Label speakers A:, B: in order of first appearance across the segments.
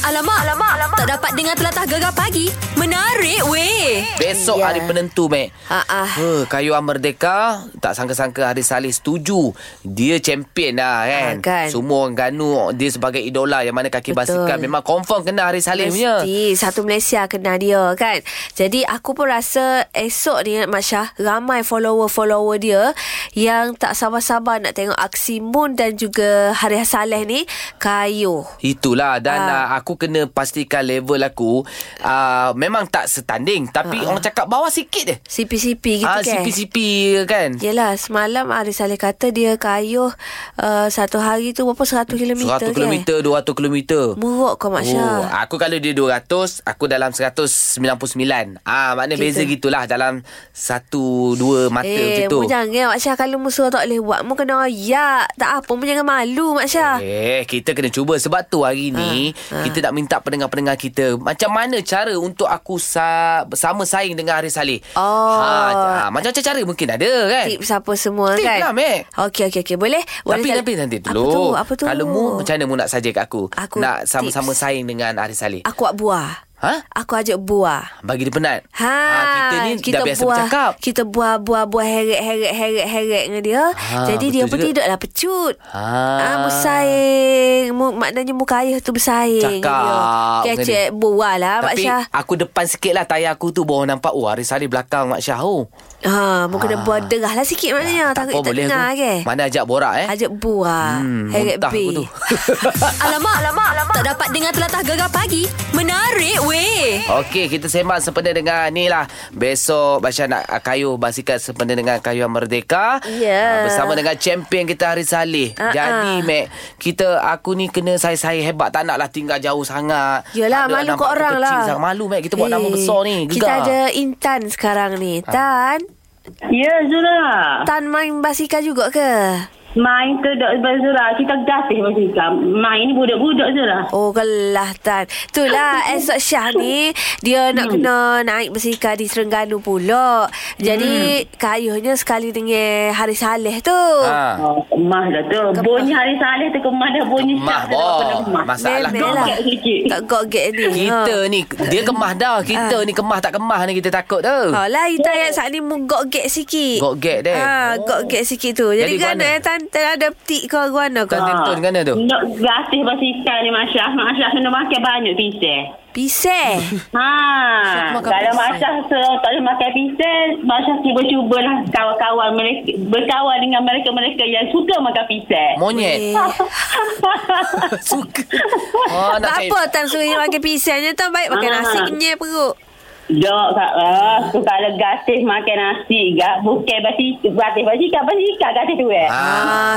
A: Alamak, alamak, alamak. Tak dapat dengar telatah gegar pagi. Menarik weh.
B: Besok
C: Ya.
B: yeah. hari penentu, Mek.
A: Ah, ah.
B: Huh, Kayu Am Merdeka, tak sangka-sangka Haris Saleh setuju. Dia champion lah kan.
A: Ah, kan.
B: Semua orang Ganu, dia sebagai idola yang mana kaki
A: Betul.
B: basikal. Memang confirm kena Haris Saleh punya.
A: Mesti satu Malaysia kenal dia kan. Jadi aku pun rasa esok ni Mak Syah ramai follower-follower dia yang tak sabar-sabar nak tengok aksi Moon dan juga Hariah Saleh ni kayu.
B: Itulah dan
A: Ah.
B: uh, aku kena pastikan level aku uh, memang tak setanding tapi uh orang cakap bawah sikit je.
A: CP-CP Ha, gitu
B: Ah uh,
A: kan.
B: CP-CP kan.
A: Yelah semalam Arif Saleh kata dia kayuh uh, satu hari tu berapa 100 km kan?
B: 100 km, 200 km.
A: Muruk kau Mak Syah.
B: Oh, aku kalau dia 200, aku dalam 199. Ah, maknanya
A: Gitu.
B: beza gitulah dalam satu dua mata
A: Eh,
B: macam tu.
A: mu jangan Mak Syah Kalau mu suruh tak boleh buat Mu kena ayak Tak apa, mu jangan malu Mak Syah
B: Eh, kita kena cuba sebab tu hari ni
A: ha.
B: kita nak minta pendengar-pendengar kita macam mana cara untuk aku sa- sama saing dengan Haris Saleh.
A: Oh.
B: Ha, ha, macam-macam cara mungkin ada kan.
A: Tips apa semua
B: Tips
A: kan
B: lah, Mek.
A: Okey, okey, okey Boleh? Boleh
B: Tapi
A: jalan-
B: nanti nanti
A: Apa tu?
B: dulu.
A: Apa tu?
B: Kalau mu macam mana mu nak saja kat aku?
A: Aku
B: nak
A: tips.
B: sama-sama saing dengan Haris Saleh.
A: Aku buat buah
B: Ha?
A: Aku ajak buah
B: Bagi dia penat.
A: Ha,
B: Ah, kita ni dah biasa bercakap.
A: Kita buah buah buah heret heret heret heret dengan dia.
B: Ha,
A: Jadi dia
B: betul
A: pun
B: juga.
A: tidaklah pecut.
B: Ha.
A: Ah, bersaing. Mu, maknanya muka ayah tu bersaing. dengan
B: Cakap
A: Dia.
B: dengan
A: Kecek buah lah Mak
B: Tapi
A: Syah.
B: aku depan sikit lah Tayar aku tu Baru nampak Oh Haris Saleh belakang Mak Syah oh.
A: Ha, mu kena
B: Ah.
A: buah derah lah sikit maknanya. Takut tak dengar ke.
B: Mana ajak borak eh
A: Ajak buah.
B: Hmm,
A: heret
B: muntah aku
A: B.
B: tu.
A: alamak, alamak, alamak. Tak dapat dengar telatah gegar pagi. Menarik weh.
B: Okey, kita sembang sempena dengan ni lah. Besok Basya nak ah, kayuh basikal sempena dengan kayuh merdeka.
A: Ya.
B: Ah, Bersama dengan champion kita Haris Saleh.
A: Ah, ah.
B: Jadi, Mac, kita aku ni kena saya-saya hebat. Tak naklah tinggal jauh sangat.
A: Yelah
B: Tak nak
A: malu
B: nampak
A: kau
B: aku
A: orang
B: kecil
A: lah
B: Sangat. Malu, Mac. Kita buat
A: Eh,
B: nama besar ni. Gegar. Ah.
A: Kita ada Intan sekarang ni Tan
D: Ya Zura
A: Tan main basikal juga ke?
D: Main ke dok sebab Zura Kita gatih basikal Main ni budak-budak Zura
A: Oh gelah Tan Itulah esok Syah ni Dia
B: Hmm.
A: nak kena naik basikal di Serengganu pula Jadi kayuhnya sekali dengan Hari Saleh tu
B: Hmm. Ah.
D: Oh, kemah dah tu. Bunyi hari salih tu kemah dah bunyi
B: Kemah,
D: syak dah
B: boh.
D: pada kemah.
B: Mas- Masalah
A: Memel lah.
D: kau. Sikit.
A: Kat gogek ni
B: Kita
A: ha.
B: ni Dia kemah dah Kita
A: Ah.
B: ni kemah tak kemah ni Kita takut tu
A: Ha lah Intan yang saat ni mu gogek sikit
B: Gogek dia.
A: ha,
B: Oh.
A: Gogek sikit tu Jadi,
B: Jadi
A: Jadi
B: guana?
A: kan Tan Tan ada petik kau Guana
B: Tan
A: kau
B: ada- Tentun kan dia tu?
D: Ah. Nak gatih basikal ni Masya Masya kena makan banyak pisang
A: Pisang
D: Ha,
A: makan
D: kalau
A: pisang.
D: Masya suruh tak boleh makan pisang, Masya cuba-cuba lah kawan-kawan mereka, berkawan dengan mereka-mereka yang suka makan pisang.
A: Eh.
B: Monyet Suka oh,
A: Tak
B: cari-
A: apa Tan suruh dia makan pisangnya Tan baik makan
D: Ah.
A: nasi kenyai perut
D: Dok, Kak. Ah, tu kalau gatih makan nasi, gak bukan basi, gatih basikal, basikal gatih tu eh.
B: Ah,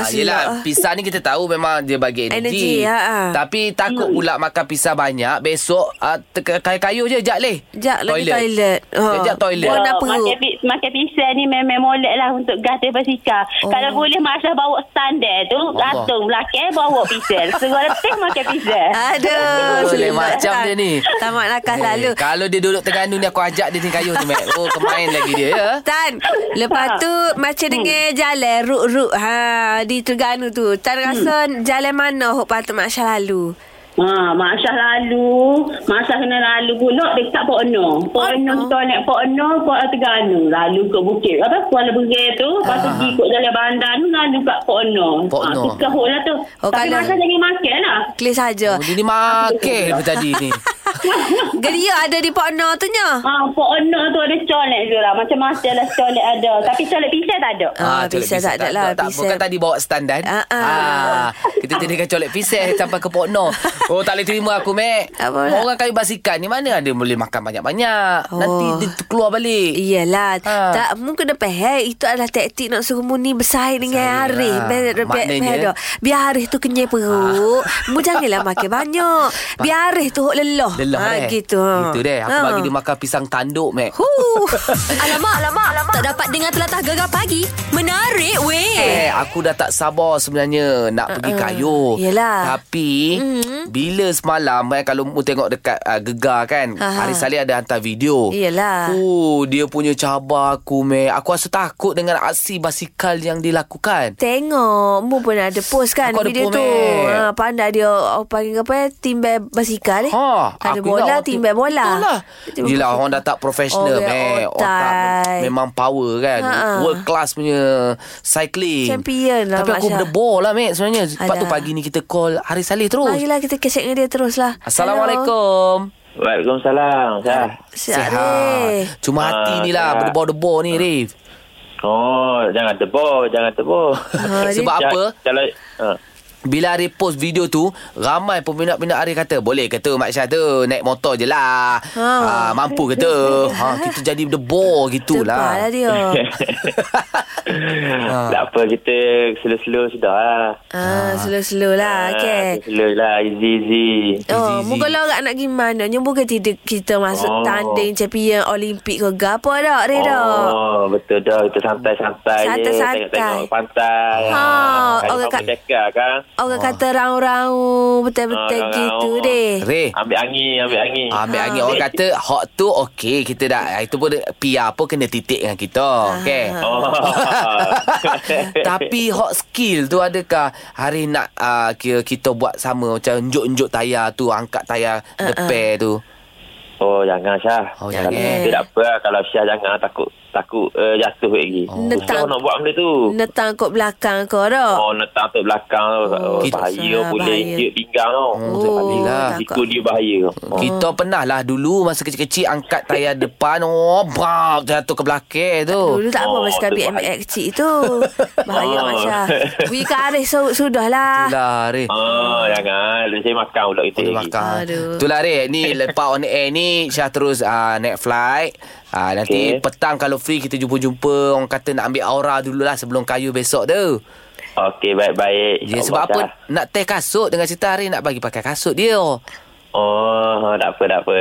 A: Ah,
B: yelah
A: silap.
B: pisang ni kita tahu memang dia bagi energi.
A: Energi, ha, ha.
B: Tapi takut pula makan pisang banyak besok uh, kayu-kayu je jap leh.
A: Jap lagi toilet. Ha.
B: Jap, jap toilet.
A: Buang
D: Dok,
A: nak perut.
D: Makan, pi- makan pisang ni memang molek lah untuk gatih basikal.
A: Oh.
D: Oh. Kalau boleh Masya bawa standar tu,
B: Allah.
D: gantung belakang bawa pisang. Suruh letih makan pisang.
A: Aduh,
B: Boleh macam dia ni.
A: Tamat nakal selalu.
B: Eh, Kalau dia duduk tergandu ni aku ajak dia tinggal kayu tu, Mat. Oh, kemain lagi dia ya.
A: Tan,
D: Ha.
A: lepas tu
B: Hmm.
A: macam dengan jalan ruk-ruk ha, di Terengganu tu. Tan
D: Hmm.
A: rasa jalan mana hok patut Mak Syah lalu?
D: Ha, Masya lalu, Masya kena lalu pula dekat Pok Ono. Pok
B: Oh,
D: Ono
A: Ono.
D: kita nak Pok Ono, Pok Terengganu. Lalu ke bukit, apa, Kuala Berai tu. Lepas tu
B: Ah.
D: pergi kot jalan bandar tu, lalu kat Pok Ono.
B: Pok
D: Ha,
B: Ono.
D: suka hok lah tu.
A: Oh,
D: Tapi
A: kalau-
D: Masya jangan makan lah.
A: Clear saja.
B: Oh, dia ni makin daripada tadi ni. Oh.
A: Geria ada di Pok Noh tu nya.
D: Ha, Pok Ono tu ada colek je lah. Macam-macam lah colek ada. Tapi colek pisang tak ada.
A: Ah,
B: colek
A: pisang tak ada lah,
B: Tak,
A: pisang.
B: bukan tadi bawa standar.
A: Ah, ah.
B: kita jadikan colek pisang sampai ke Pokno. Oh, tak boleh terima aku, Mek.
A: Tak apa pula.
B: Orang kayu basikal ni mana ada boleh makan banyak-banyak.
A: Oh.
B: Nanti dia keluar balik.
A: Iyalah
B: Ha.
A: Tak Mu kena pehel Itu adalah taktik Nak suruh mu ni Bersaing dengan
B: Bersaing,
A: Arif
B: ha.
A: Be- be-
B: Maknanya- Ha.
A: pehel dah. Biar Arif tu kenyai perut Mu janganlah makan banyak Biar Arif tu hok leloh
B: Lelah lah
A: Ha,
B: deh.
A: gitu, ha.
B: Gitu deh. Aku
A: Ha.
B: bagi dia makan pisang tanduk, Mek.
A: Huh. alamak, alamak, alamak. Tak dapat dengar telatah gegar pagi. Menarik, weh.
B: Eh, aku dah tak sabar sebenarnya nak uh, pergi kayuh.
A: Uh-uh. Yelah.
B: Tapi mm-hmm. bila semalam eh, kalau mu tengok dekat uh, Gegar kan,
A: Aha.
B: Hari Saleh ada hantar video.
A: Yelah.
B: Oh, dia punya cabar aku meh. Aku rasa takut dengan aksi basikal yang dilakukan.
A: Tengok Mu pun ada post kan
B: Aku ada
A: Video
B: post,
A: tu
B: Mat.
A: ha, Pandai dia oh, Panggil apa eh, Timbai basikal eh
B: Ha,
A: Ada
B: aku nak
A: bola
B: waktu-
A: Timbai bola
B: Betul lah. Yelah, orang dah tak profesional,
A: Orang
B: meh.
A: otai.
B: memang power kan.
A: Ha, ha.
B: World class punya cycling.
A: Champion lah,
B: Tapi
A: Mak
B: aku
A: Syah.
B: berdebor lah, meh. Sebenarnya. Sebab
A: Alah.
B: tu pagi ni kita call Hari Saleh terus.
A: Marilah kita kesek dengan dia terus lah
B: Assalamualaikum.
C: Waalaikumsalam Syah
A: Sihat Eh, Reh.
B: Cuma
C: Ah,
B: hati ni lah
C: sihat.
B: Berdebor-debor ni Rif
C: Oh Jangan tebur Jangan tebur
A: Ah, dia-
B: Sebab
C: Ya.
B: apa
C: Kalau uh,
B: Bila Ari post video tu Ramai peminat-peminat Ari kata Boleh ke tu Mak Syah tu Naik motor je lah ha.
A: Ha.
B: Mampu ke tu ha, Kita jadi
A: Tebar lah
B: berdebor Gitulah
A: dia
B: Ha.
C: Tak apa Kita slow-slow sudah lah Ha,
A: ah, Slow-slow
B: Ha,
A: lah okay.
C: Slow lah Easy-easy
A: Oh,
B: Easy,
A: mu
B: easy.
A: kalau agak nak pergi mananya bukan tidak kita masuk
C: Oh.
A: tanding champion Olimpik ke apa dah, Reh dah.
C: Oh betul dah kita santai-santai je
A: Santai-santai.
C: tengok-tengok pantai.
A: Ha, orang
C: kalau kamu
A: kat-
C: dekat kan.
A: Orang kata raung-raung betul-betul
C: Ah,
A: gitu
C: raung-raung.
A: deh.
B: Rif
C: Ambil angin, ambil angin.
B: Eh.
C: Ha,
B: Ambil angin
A: Ha.
B: Orang kata Hot tu okey Kita dah Ah, Itu pun PR pun Kena titik dengan
A: Ha,
B: kita Okay
C: Oh.
B: Ah. Tapi hot skill tu adakah hari nak uh, kira kita buat sama macam unjuk-unjuk tayar tu, angkat tayar uh-uh. depan tu.
C: Oh jangan Syah
B: Oh,
C: Kalau
B: jangan.
C: Kita tak apa lah. Kalau Syah jangan Takut takut uh, jatuh lagi oh.
A: Netang.
C: Susah nak buat benda tu
A: Netang kot belakang kau dah.
C: Oh netang tu belakang
A: Oh,
C: oh,
A: kita-
C: Bahaya
A: Susah,
C: boleh
A: bahaya. Oh,
C: injek pinggang tau
A: betul.
B: Alhamdulillah.
C: Ikut dia bahaya
B: Oh. Kita pernah lah dulu masa kecil-kecil angkat tayar depan, oh, brak, jatuh ke belakang tu.
A: Dulu tak apa
C: Oh,
A: basikal
C: tu bahaya.
A: BMX cik tu. Bahaya
C: Oh.
A: Masya. Wi karih so, sudahlah.
B: Itulah, Reh.
C: Oh jangan Dia saya makan pula kita lagi
B: Boleh Oh, makan.
A: Aduh.
B: Itulah, Reh. Ni lepas on air ni, Syah terus uh, naik flight. Uh, nanti okay.
C: Okey.
B: petang kalau free kita jumpa-jumpa. Orang kata nak ambil aura dululah sebelum kayu besok tu.
C: Okey baik-baik InsyaAllah,
B: Ya, sebab apa
C: Syah.
B: nak teh kasut dengan cerita hari nak bagi pakai kasut dia.
C: Oh tak apa tak apa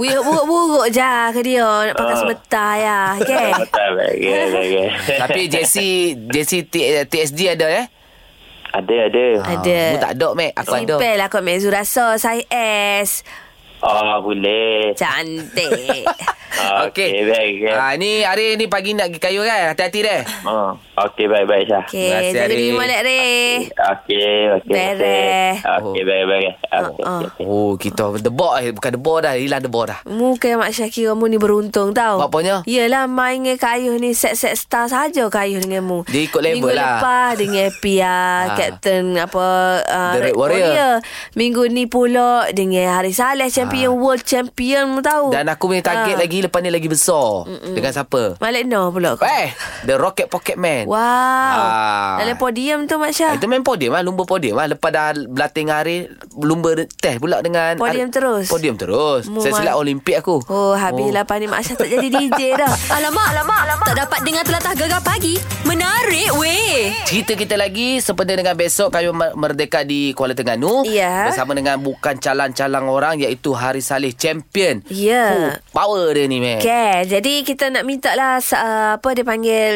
A: Wi buruk-buruk je ke dia nak pakai
C: Ah.
A: sebetar ya. Okay.
C: Betul baik okay, okay.
B: Tapi JC JC T- TSD ada eh?
C: Ada ada
A: Ada.
B: Mu tak ada Mac, aku ada.
A: Simple lah kot Mek Zurasa Saya S
C: Oh boleh
A: Cantik
C: Okey baik okay.
B: Ah ni hari ni pagi nak pergi kayu kan? Hati-hati deh.
C: Oh, Okey baik-baik Syah
A: Okay
B: Terima kasih,
A: Saya
B: Ari.
A: pergi molek Reh
C: Okey, okey.
A: Beres.
C: Okey, baik, baik. Okey,
A: Oh,
C: okey,
A: oh.
C: okey.
B: Oh, kita debok eh, bukan debok dah, hilang debok dah.
A: Mu kayak Mak Syakira mu ni beruntung tau.
B: Buat apanya?
A: Yelah main dengan kayuh ni set-set star saja kayuh dengan mu.
B: Dia ikut level
A: Minggu
B: lah.
A: lepas dengan Pia,
B: Ha.
A: Captain apa uh,
B: The Red Warrior.
A: Minggu ni pula dengan Hari Saleh champion world champion mu tahu.
B: Ah. Dan aku punya
A: Ah.
B: target lagi lepas ni lagi besar. Mm-mm. Dengan siapa?
A: Malik Noh pula. aku.
B: Eh, The Rocket Pocket Man.
A: Wow.
B: Ah.
A: Dalam podium tu Mak Syah.
B: Itu main podium lah, lumba podium lah. Lepas dah berlatih dengan hari, lumba test pula dengan...
A: Podium
B: hari-
A: terus.
B: Podium terus.
A: Mu
B: Saya
A: main-
B: silap Olimpik aku.
A: Oh, habis oh. lepas ni Mak Syah tak jadi DJ dah. alamak, alamak, alamak. Tak dapat dengar telatah gegar pagi. Menarik weh.
B: Cerita kita lagi sempena dengan besok Kayu Mer- Merdeka di Kuala Terengganu
A: Ya.
B: bersama dengan bukan calang-calang orang iaitu Hari Saleh champion.
A: Ya.
B: Oh, power dia ni meh.
A: Okay, jadi kita nak minta lah uh, apa dia panggil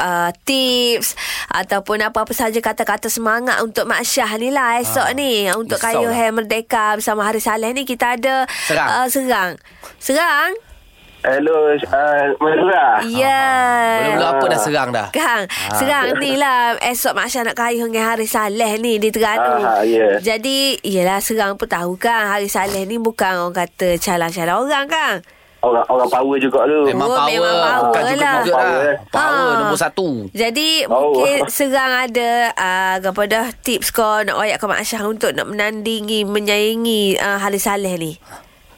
A: uh, tips ataupun apa-apa saja kata-kata semangat untuk Mak Syah ni lah esok
B: Ha,
A: ni untuk
B: risau
A: kayu
B: lah.
A: hair merdeka bersama Hari Saleh ni kita ada
B: Serang.
A: Uh, serang. Serang?
C: Hello, uh, Madura.
A: Ya. Yeah.
B: Belum-belum apa dah serang dah.
A: Kang,
C: Ah,
A: serang ni lah esok Mak Syah nak kayuh dengan Hari Saleh ni di Terengganu.
C: Ah, ya.
A: Jadi, yelah serang pun tahu kan Hari Saleh ni bukan orang kata calang-calang orang kan.
C: Orang orang power juga tu.
B: Memang
A: Oh,
B: power.
A: memang power
B: bukan
A: lah.
B: juga lah.
C: Power, eh.
B: Power
A: Ha.
B: nombor satu.
A: Jadi oh.
C: Oh.
A: mungkin Serang ada uh, apa dah tips kau nak wayak ke Mak Syah untuk nak menandingi menyaingi uh, Halis Saleh ni.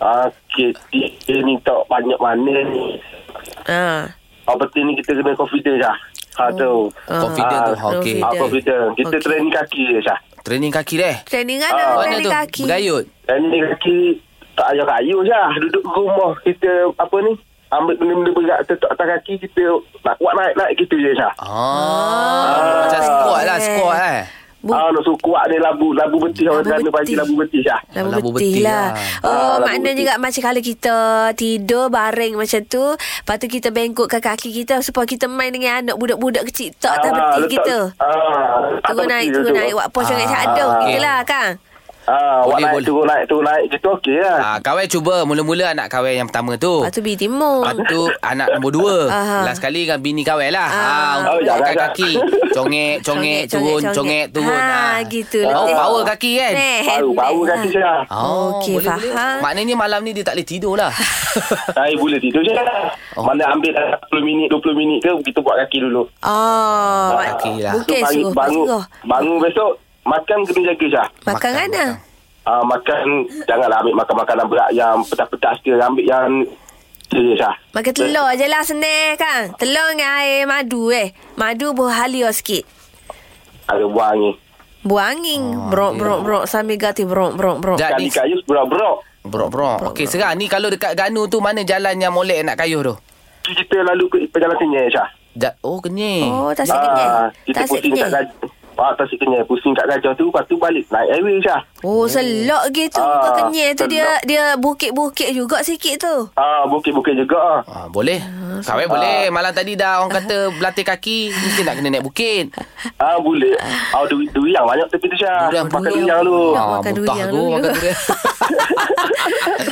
C: Okey, kita ni tak banyak mana ni.
A: Ha.
C: Apa tu ni kita kena confident dah. Ha tu.
A: Ah.
B: Oh. Confident tu.
C: Ah,
B: Okey.
C: Ah, confident. Kita
A: Okey.
C: training kaki je Syah.
B: Training kaki deh.
A: Training kan
C: Ah,
A: uh,
B: Mana
A: training
B: tu?
A: kaki.
B: Bergayut.
C: Training kaki tak payah kayu Syah. Duduk rumah kita apa ni? Ambil benda-benda berat tetak atas kaki kita nak buat naik-naik gitu je Syah.
A: Ah.
B: Ah. Macam squat lah,
A: Eh.
B: squat eh.
A: Bu-
C: Ah, nak suku kuat ni labu, labu betih orang
A: Labu
C: sana
A: betih.
C: panggil labu betih lah.
A: Labu,
B: Labu
A: betih,
B: betih
A: lah.
B: lah.
A: Oh,
C: Ah, labu
A: maknanya
C: betih.
A: juga macam kalau kita tidur baring macam tu, lepas tu kita bengkokkan kaki kita supaya kita main dengan anak budak-budak kecil. Tak tak betih kita.
C: Ah, tak
A: Turun
C: betih
A: naik,
C: tu
A: turun
C: tu.
A: naik. Wak pos
B: Ah, Oh.
A: sangat shadow.
B: okey.
A: Itulah, Kang.
C: Ah, awak
B: Boleh,
C: naik,
B: boleh.
C: turun naik, turun naik. Kita okey lah.
B: Ah, kawan cuba mula-mula anak kawan yang pertama tu.
A: Lepas tu bini timur.
B: Lepas tu anak nombor dua
A: Aha.
B: Last kali dengan bini kawal
A: Ah.
B: lah ha,
C: Oh,
B: Untuk
C: jangan,
B: angkat
C: jangan.
B: kaki Congek, congek, turun, congek, turun
A: Ha,
B: Ah.
A: gitu.
B: Oh,
A: Letih.
B: power kaki kan Oh,
A: Neh,
C: Baru, baru
A: neh,
C: kaki
A: ha.
C: saya.
B: Ah.
A: Okey,
B: boleh, boleh.
A: faham.
B: Maknanya malam ni dia tak boleh tidur lah
C: Saya boleh tidur je lah.
B: Oh.
C: Mana ambil dalam 10 minit, 20 minit ke, kita buat kaki dulu.
A: Oh, mak-
B: Okey lah.
A: Bukan
C: pagi
A: suruh
C: bangun,
A: suruh.
C: bangun besok, makan kena jaga Syah.
A: Makan kan,
B: Makan,
A: mana?
B: makan.
C: Ah, makan, janganlah ambil makan makanan berat yang pedas-pedas ke. Ambil yang... Ya, Syah.
A: Makan telur je lah senang kan. Telur dengan air madu eh. Madu berhalia sikit.
C: Ada buah ni.
A: Buah angin.
B: Ah,
A: Oh, brok, brok, brok. Sambil gati brok, brok, brok.
B: Jad
C: Kali
B: ni
C: kayu berok-berok.
B: Brok-brok Okey, serang ni kalau dekat Ganu tu Mana jalan yang molek nak kayuh tu?
C: Kita lalu ke perjalanan kenyai Syah.
B: Jad, oh, kenyai
A: Oh, tasik
C: Ah,
A: kenyai.
C: Kita
A: Tasik
C: pusing kat
A: kenyai.
C: gajah. Ah, tasik kenyai. Pusing kat gajah tu, lepas tu balik. Naik highway Syah.
A: Oh, selok gitu. Bukan
C: Ah,
A: kenyai tu dia
C: selok.
A: dia bukit-bukit juga sikit tu.
C: Ah, bukit-bukit juga ah.
B: Ah, boleh. Kawai boleh. Malam tadi dah orang kata berlatih kaki. Mesti nak kena naik bukit.
C: Ah boleh. Ah du durian banyak tepi tu Syah.
B: Durian
C: Ah, Makan
B: banyak.
C: durian tu.
A: Nak
B: Ah,
A: makan
B: mentah
A: durian
B: tu,
A: dulu.
B: makan durian.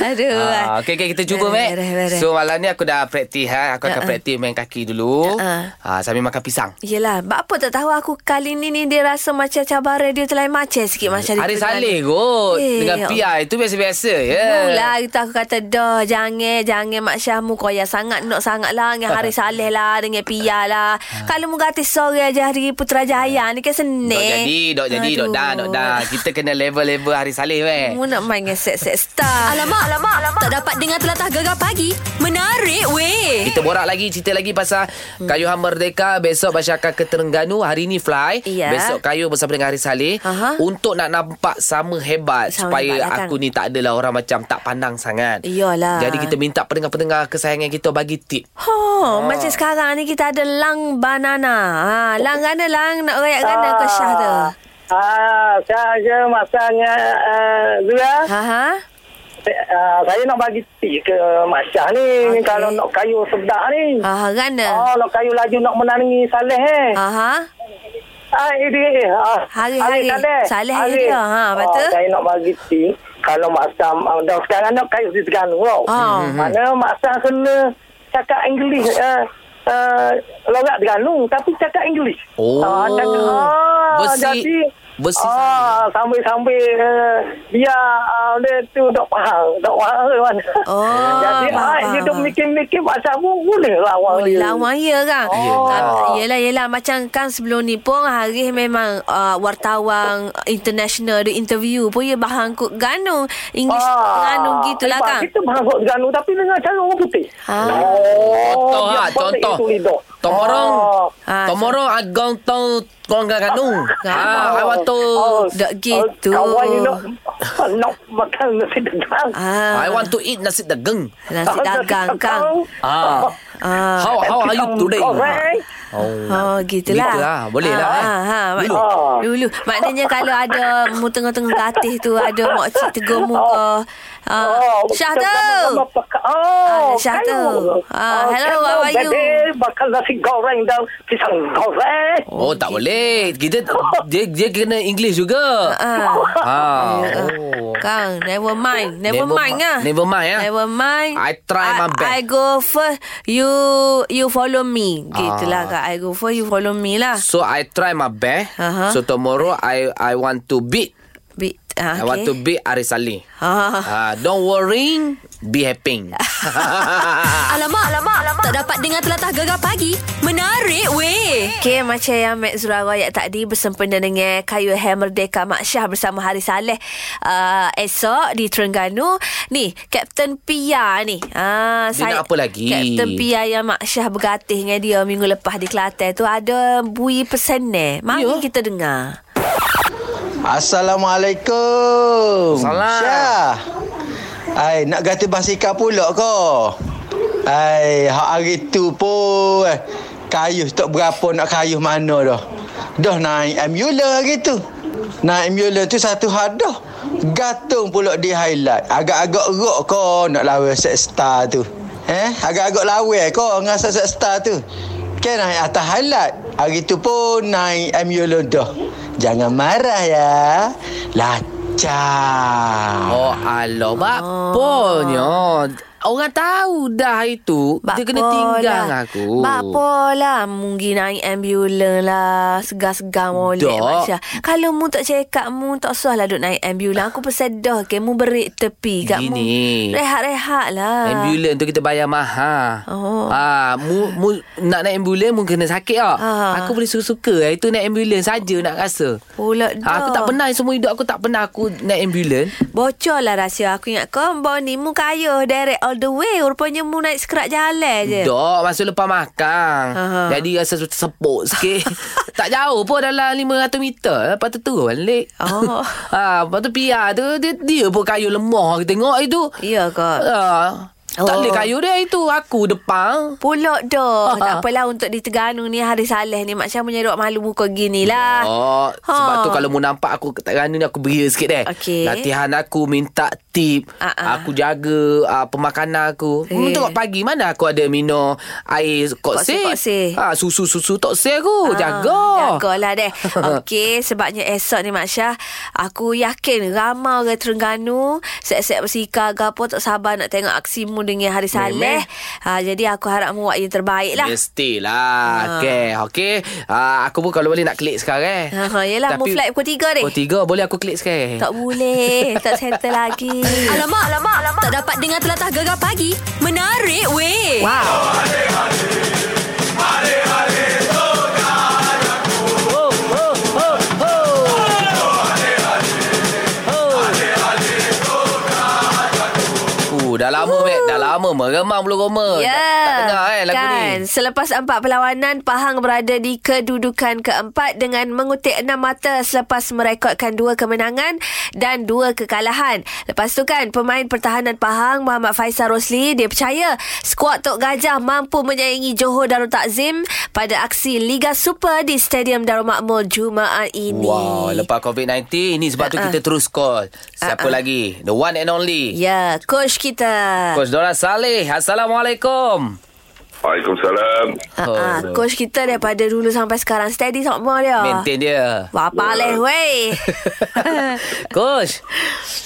A: Aduh. eh.
B: Ah, okay, okay, kita cuba, Mek.
A: Beres, beres.
B: So, malam ni aku dah praktis. Ha? Aku
A: Ya,
B: akan
A: ah.
B: praktis main kaki dulu.
A: Ya,
B: Ah, sambil makan pisang.
A: Yelah, bak apa tak tahu aku kali ni ni dia rasa macam cabaran dia terlain macam sikit macam
B: Hari Saleh kot.
A: Eh,
B: Dengan
A: Allah.
B: Pia. Itu biasa-biasa. Ya.
A: Mula lah, kita aku kata dah jangan jangan mak Syahmu koyak sangat nak sangat lah dengan hari Saleh lah dengan Pia lah. Kalau mu kata sore aja hari Putrajaya ni kan senang.
B: Ah. Dok jadi, dok jadi, dok dah, dok dah. Kita kena level-level hari Saleh, Mek.
A: Mu nak main dengan set-set star.
E: Alamak, alamak, alamak. Tak dapat dengar telatah gegar pagi. Menarik, weh.
B: Kita borak lagi Cerita lagi pasal hmm. Kayuhan Merdeka Besok Basya akan ke Terengganu Hari ni fly
A: Ya.
B: Besok kayu bersama dengan Hari Saleh
A: Aha.
B: Untuk nak nampak sama hebat
A: Sama
B: Supaya
A: hebat datang.
B: aku ni tak adalah orang macam Tak pandang sangat
A: Iyalah.
B: Jadi kita minta pendengar-pendengar kesayangan kita Bagi tip
A: Ho, macam sekarang ni kita ada lang banana. Ha, lang gana lang nak rayak gana ke Syah tu.
F: Ah, saya masanya uh, Zura.
A: Ha ha.
F: Uh, saya nak bagi tip ke Mak Syah ni.
A: Okey.
F: Kalau nak kayu sedap ni.
A: Ha ha gana.
F: Oh, nak kayu laju nak menangi Saleh eh.
A: Ha ha.
F: Ah, ini. Ah,
A: Hari-hari. Saleh hari dia, ha, lepas tu?
F: oh, saya nak bagi tip. Kalau Mak Syah, ah, dah sekarang nak kayu di Terengganu. Oh.
A: Oh.
F: Mana Mak Syah kena cakap English. Uh, Uh, lorak Terengganu tapi cakap English.
B: Oh.
F: Ah, cakap, ah,
B: Besi-
F: jadi,
B: besi
F: ah, sambil-sambil uh, dia uh, dia tu dok faham, dok faham ke mana.
A: Oh,
F: jadi
A: faham,
F: ah,
A: faham,
F: dia dok
A: faham.
F: mikir-mikir macam pun lah boleh lawan
A: Boleh
F: dia.
A: lawan ya kan
F: Oh.
A: Yelah. yelah yelah Macam kan sebelum ni pun Hari memang uh, Wartawan International Dia interview pun Ya bahan kut ganung English ah. ganung gitulah
F: sebab
A: kan
F: Kita bahasa Ganu tapi dengan cara orang putih.
A: Ah.
B: Oh, Contoh
F: dia
B: lah
F: boleh
B: Contoh
F: itu lidah.
B: Tomorong
F: Ah.
A: Ah,
B: Tomorong Agong tau Kong Ganu
A: Ah,
B: Ah, Awak tu
F: Oh,
A: Dak gitu.
F: oh, Kawan you nak, nak makan nasi degan.
A: ah.
B: I want to eat nasi dageng
A: Nasi dagang kan
B: Ah.
A: ah.
B: How how are you today?
F: Correct.
B: Oh.
A: Oh, gitulah.
B: Gitulah, boleh lah, eh.
A: Ha, ha, mak,
B: Dulu.
A: dulu. Maknanya kalau ada mu tengah-tengah latih tu ada mak cik tegur mu ke. Ah, Syah tu.
F: Oh,
A: Ah, Syah tu. Ah, hello,
F: hello,
A: how are you?
F: baby, Makan nasi goreng dan pisang goreng.
B: Oh, tak boleh. Kita dia dia kena English juga.
A: Ah.
B: Ah. Oh.
A: Kang, never mind. Never,
B: Never
A: mind
B: mi-
A: ah.
B: never mind, ah.
A: Never mind.
B: I try my
A: I-
B: best.
A: I go first, you you follow me. Gitulah
B: Ah.
A: Kang. I go first, you follow me lah.
B: So I try my best.
A: Aha.
B: So tomorrow I I want to beat.
A: Be, ah,
B: I want to beat Arisali.
A: Ah.
B: Ah, don't worry, be happy.
E: Alamak, alamak, alamak. Tak dapat dengar telatah gegar pagi. Menarik, weh.
A: Okey, macam yang Mek Zura royak tadi bersempena dengan kayu hair merdeka Mak Syah bersama Hari Saleh uh, esok di Terengganu. Ni, Kapten Pia ni. Ah,
B: Dia nak apa lagi?
A: Kapten Pia yang Mak Syah bergatih dengan dia minggu lepas di Kelantan tu ada bui pesenai. Mari yeah. kita dengar.
G: Assalamualaikum.
B: Salam.
G: Syah. lah. Ai nak ganti basikal pula kau. Ai hak hari tu pun eh, kayuh tak berapa nak kayuh mana dah. Dah naik ambulan hari tu. Naik mula tu satu hadah. Gantung pula di highlight. Agak-agak rock kau nak lawan set star tu. Eh, agak-agak lawan kau dengan set set star tu. Kan naik atas highlight. Hari tu pun naik Emulon dah. Jangan marah ya. Lacak.
B: Oh, aloh.
A: Oh.
B: Bapanya. Orang tahu dah itu. Dia kena tinggal
A: lah.
B: dengan aku.
A: Bapa lah. Mungkin naik ambulan lah. Segar-segar molek
B: Dok.
A: Masya. Kalau mu tak cekak mu tak usah lah duk naik ambulan. Aku pesan dah ke mu berik tepi kat mu.
B: Gini.
A: Rehat-rehat lah.
B: Ambulan tu kita bayar mahal.
A: Oh.
B: Ha, mu, mu, nak naik ambulan mu kena sakit tak?
A: Ah.
B: Aku boleh suka-suka. Itu naik ambulan saja nak rasa.
A: Pula dah.
B: Ha, aku tak pernah semua hidup aku tak pernah aku naik ambulan.
A: Bocor lah rahsia aku ingat kau Bawa ni mu kaya direct all the way Rupanya mu naik sekerat jalan je
B: Dok, masa lepas makan.
A: Aha.
B: Jadi rasa sepuk sikit. tak jauh pun dalam 500 meter. Lepas tu turun balik.
A: Oh.
B: ha, lepas tu piar tu dia, dia pun kayu lemah aku tengok itu.
A: Ya kot
B: Ha, Tak
A: Oh.
B: boleh kayu dia itu Aku depan
A: Pulak dah
B: Ha.
A: Tak apalah untuk di Terengganu ni Hari Saleh ni Mak Syah menyerok malu muka gini lah
B: Oh,
A: Ha.
B: sebab tu kalau mu nampak aku kat kerana ni aku beria sikit deh.
A: Okey.
B: Latihan aku minta tip.
A: Ah, ah.
B: Aku jaga uh, pemakanan aku.
A: Eh.
B: Mu tengok pagi mana aku ada minum air
A: Koksir,
B: koksir.
A: koksir.
B: Ha, susu-susu toksir
A: Ah,
B: aku. jaga.
A: Jagalah deh Okey Sebabnya esok ni Mak Syah Aku yakin Ramai orang Terengganu Set-set bersika Gapo tak sabar Nak tengok aksi mu Dengan Hari Saleh ha, Jadi aku harap mu Buat yang terbaik lah Ah.
B: Mestilah ha. Okay Okay ha, Aku pun kalau boleh nak klik sekarang eh.
A: Ha, ha, yelah, mu flight pukul tiga ni.
B: Pukul tiga boleh aku klik sekarang
A: Tak boleh Tak settle lagi
E: Alamak, alamak, alamak. Tak dapat dengar telatah gegar pagi. Menarik, weh.
B: Uh,
A: Wow
B: Uh, dah lama, Mek. Dah lama, Mek. Remang belum Roma.
A: Ya.
B: Tak, tak dengar, eh, lagu
A: kan?
B: ni.
A: Selepas empat perlawanan, Pahang berada di kedudukan keempat dengan mengutik enam mata selepas merekodkan dua kemenangan dan dua kekalahan. Lepas tu kan, pemain pertahanan Pahang, Muhammad Faisal Rosli, dia percaya skuad Tok Gajah mampu menyaingi Johor Darul Takzim pada aksi Liga Super di Stadium Darul Makmur Jumaat ini.
B: Wow, lepas COVID-19 ni sebab uh-uh. tu kita terus call. Siapa uh-uh. lagi? The one and only. Yeah.
A: Ya, coach kita.
B: Coach Dora Saleh. Assalamualaikum.
H: Waalaikumsalam.
A: Ah, ah,
B: Oh.
A: coach kita daripada dulu sampai sekarang steady sama dia.
B: Maintain dia.
A: Bapa leh weh.
B: Coach.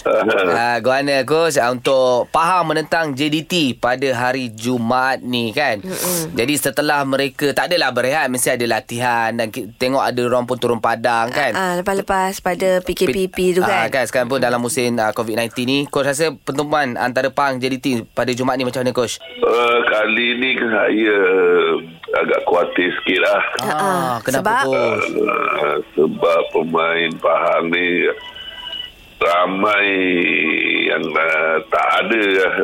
B: Uh, Gohana Coach uh, Untuk faham menentang JDT Pada hari Jumaat ni kan mm Jadi setelah mereka Tak adalah berehat Mesti ada latihan Dan ki- tengok ada orang pun turun padang kan
A: Ah, lepas-lepas pada PKPP tu
B: Ah,
A: kan.
B: kan sekarang pun dalam musim uh, COVID-19 ni coach rasa pertemuan antara Pang JDT pada Jumaat ni macam mana coach?
H: Uh, kali ni saya eh, agak khawatir sikit lah.
A: Ah,
B: kenapa
A: sebab-
B: coach?
H: Uh, sebab pemain Pahang ni ramai yang uh, tak ada lah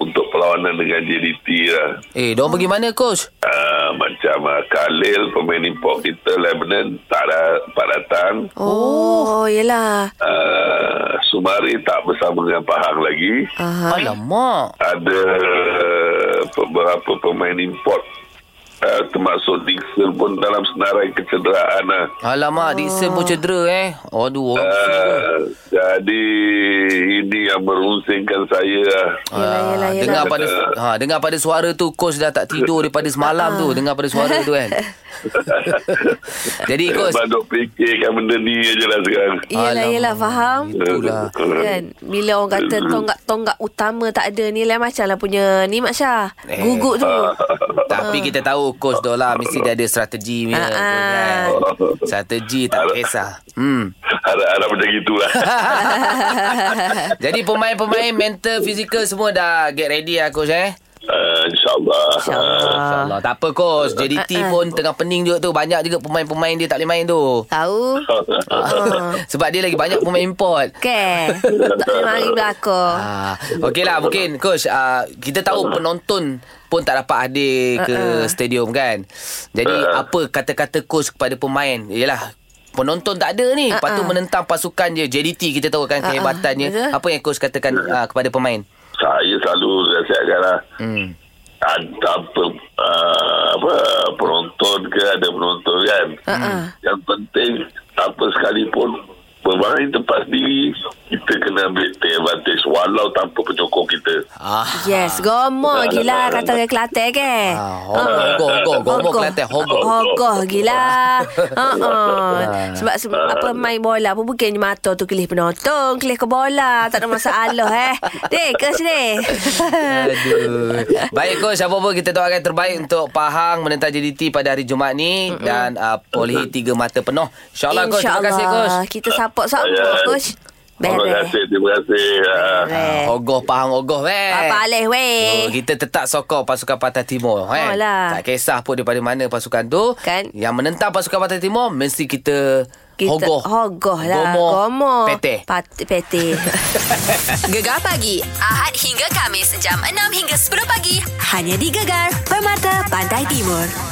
H: untuk perlawanan dengan JDT lah.
B: Eh, diorang pergi mana coach?
H: Uh, macam uh, Khalil, pemain import kita, Lebanon, tak, ada, tak datang.
A: Oh, yelah.
H: Uh, Sumari tak bersama dengan Pahang lagi.
A: Aha.
B: Alamak.
H: ada uh, beberapa pemain import uh, termasuk Dixon pun dalam senarai kecederaan lah.
B: Alamak, Dixon
A: Oh.
B: pun cedera eh. Aduh, orang
A: Ah.
B: cedera.
H: Uh, jadi ini yang merungsingkan saya lah.
A: Yelah, yelah,
B: Ah,
A: yelah.
B: dengar pada ha dengar pada suara tu coach dah tak tidur daripada semalam
A: Ah.
B: tu dengar pada suara tu kan. Jadi coach
H: Sebab duk fikirkan benda ni je lah sekarang.
A: Yelah,
B: Alamak. Hmm.
A: yelah, faham.
B: itulah.
A: Kan Bila orang kata Tonggak-tonggak utama Tak ada ni lah Macam lah punya Ni Mak Syah
B: Eh.
A: Gugup tu
B: Tapi kita tahu coach Dola mesti dia ada strategi punya
A: Ah,
B: tu kan. Strategi tak kisah. Hmm.
H: Harap-harap macam itulah.
B: Jadi pemain-pemain mental fizikal semua dah get ready lah coach eh.
H: uh, InsyaAllah.
A: InsyaAllah.
B: InsyaAllah. Tak apa coach.
A: Ah,
B: JDT pun tengah pening juga tu. Banyak juga pemain-pemain dia tak boleh main tu.
A: Tahu Ah.
B: Sebab dia lagi banyak pemain import.
A: Ke Tak boleh mari belakang
B: Ah, okeylah mungkin coach uh, kita tahu penonton pun tak dapat hadir ke
A: Ah,
B: uh-uh. stadium kan. Jadi uh. apa kata-kata coach kepada pemain? Yalah penonton tak ada ni. Uh-uh. Lepas
A: Ah,
B: tu menentang pasukan je JDT kita tahu kan uh-uh. kehebatannya.
A: Betul.
B: Apa yang coach katakan uh, kepada pemain?
H: Saya selalu nasihatkan lah.
B: Hmm.
H: ada apa, uh, apa
B: Ah.
H: penonton ke ada penonton kan. Uh-uh. Yang penting apa sekalipun bermain tempat sendiri kita kena ambil take advantage walau tanpa penyokong kita
B: Ah.
A: Yes, gomoh gila kata orang Kelantan ke.
B: Ah, hogoh, hogoh, hogoh. Gomoh Kelantan, hogoh. Ah.
A: Hogoh gila. Uh-uh. Sebab, sebab apa main bola pun bukan mata tu kelih penonton, kelih ke bola. Tak ada masalah eh. Dek, ke sini.
B: Aduh. Baik coach, apa pun kita doakan terbaik untuk Pahang menentang JDT pada hari Jumaat ni Mm-mm. dan uh, perolehi tiga mata penuh. InsyaAllah coach, terima kasih coach.
A: InsyaAllah. Kita support sama
H: Ayah.
A: coach.
H: Ya,
A: eh?
H: terima
A: Beres.
H: kasih terima kasih Ah.
A: Beres.
B: Ogoh Pahang Ogoh weh.
A: Papa Alih
B: Oh,
A: weh.
B: kita tetap sokong pasukan Pantai Timur kan?
A: Oh, lah.
B: Tak kisah pun daripada mana pasukan tu
A: Kan.
B: Yang menentang pasukan Pantai Timur Mesti kita, Hogoh
A: Hogoh lah.
B: Gomoh
A: Gomoh.
B: Pete
A: Pat- pete.
E: Gegar pagi Ahad hingga Kamis jam 6 hingga 10 pagi hanya di Gegar Permata Pantai Timur.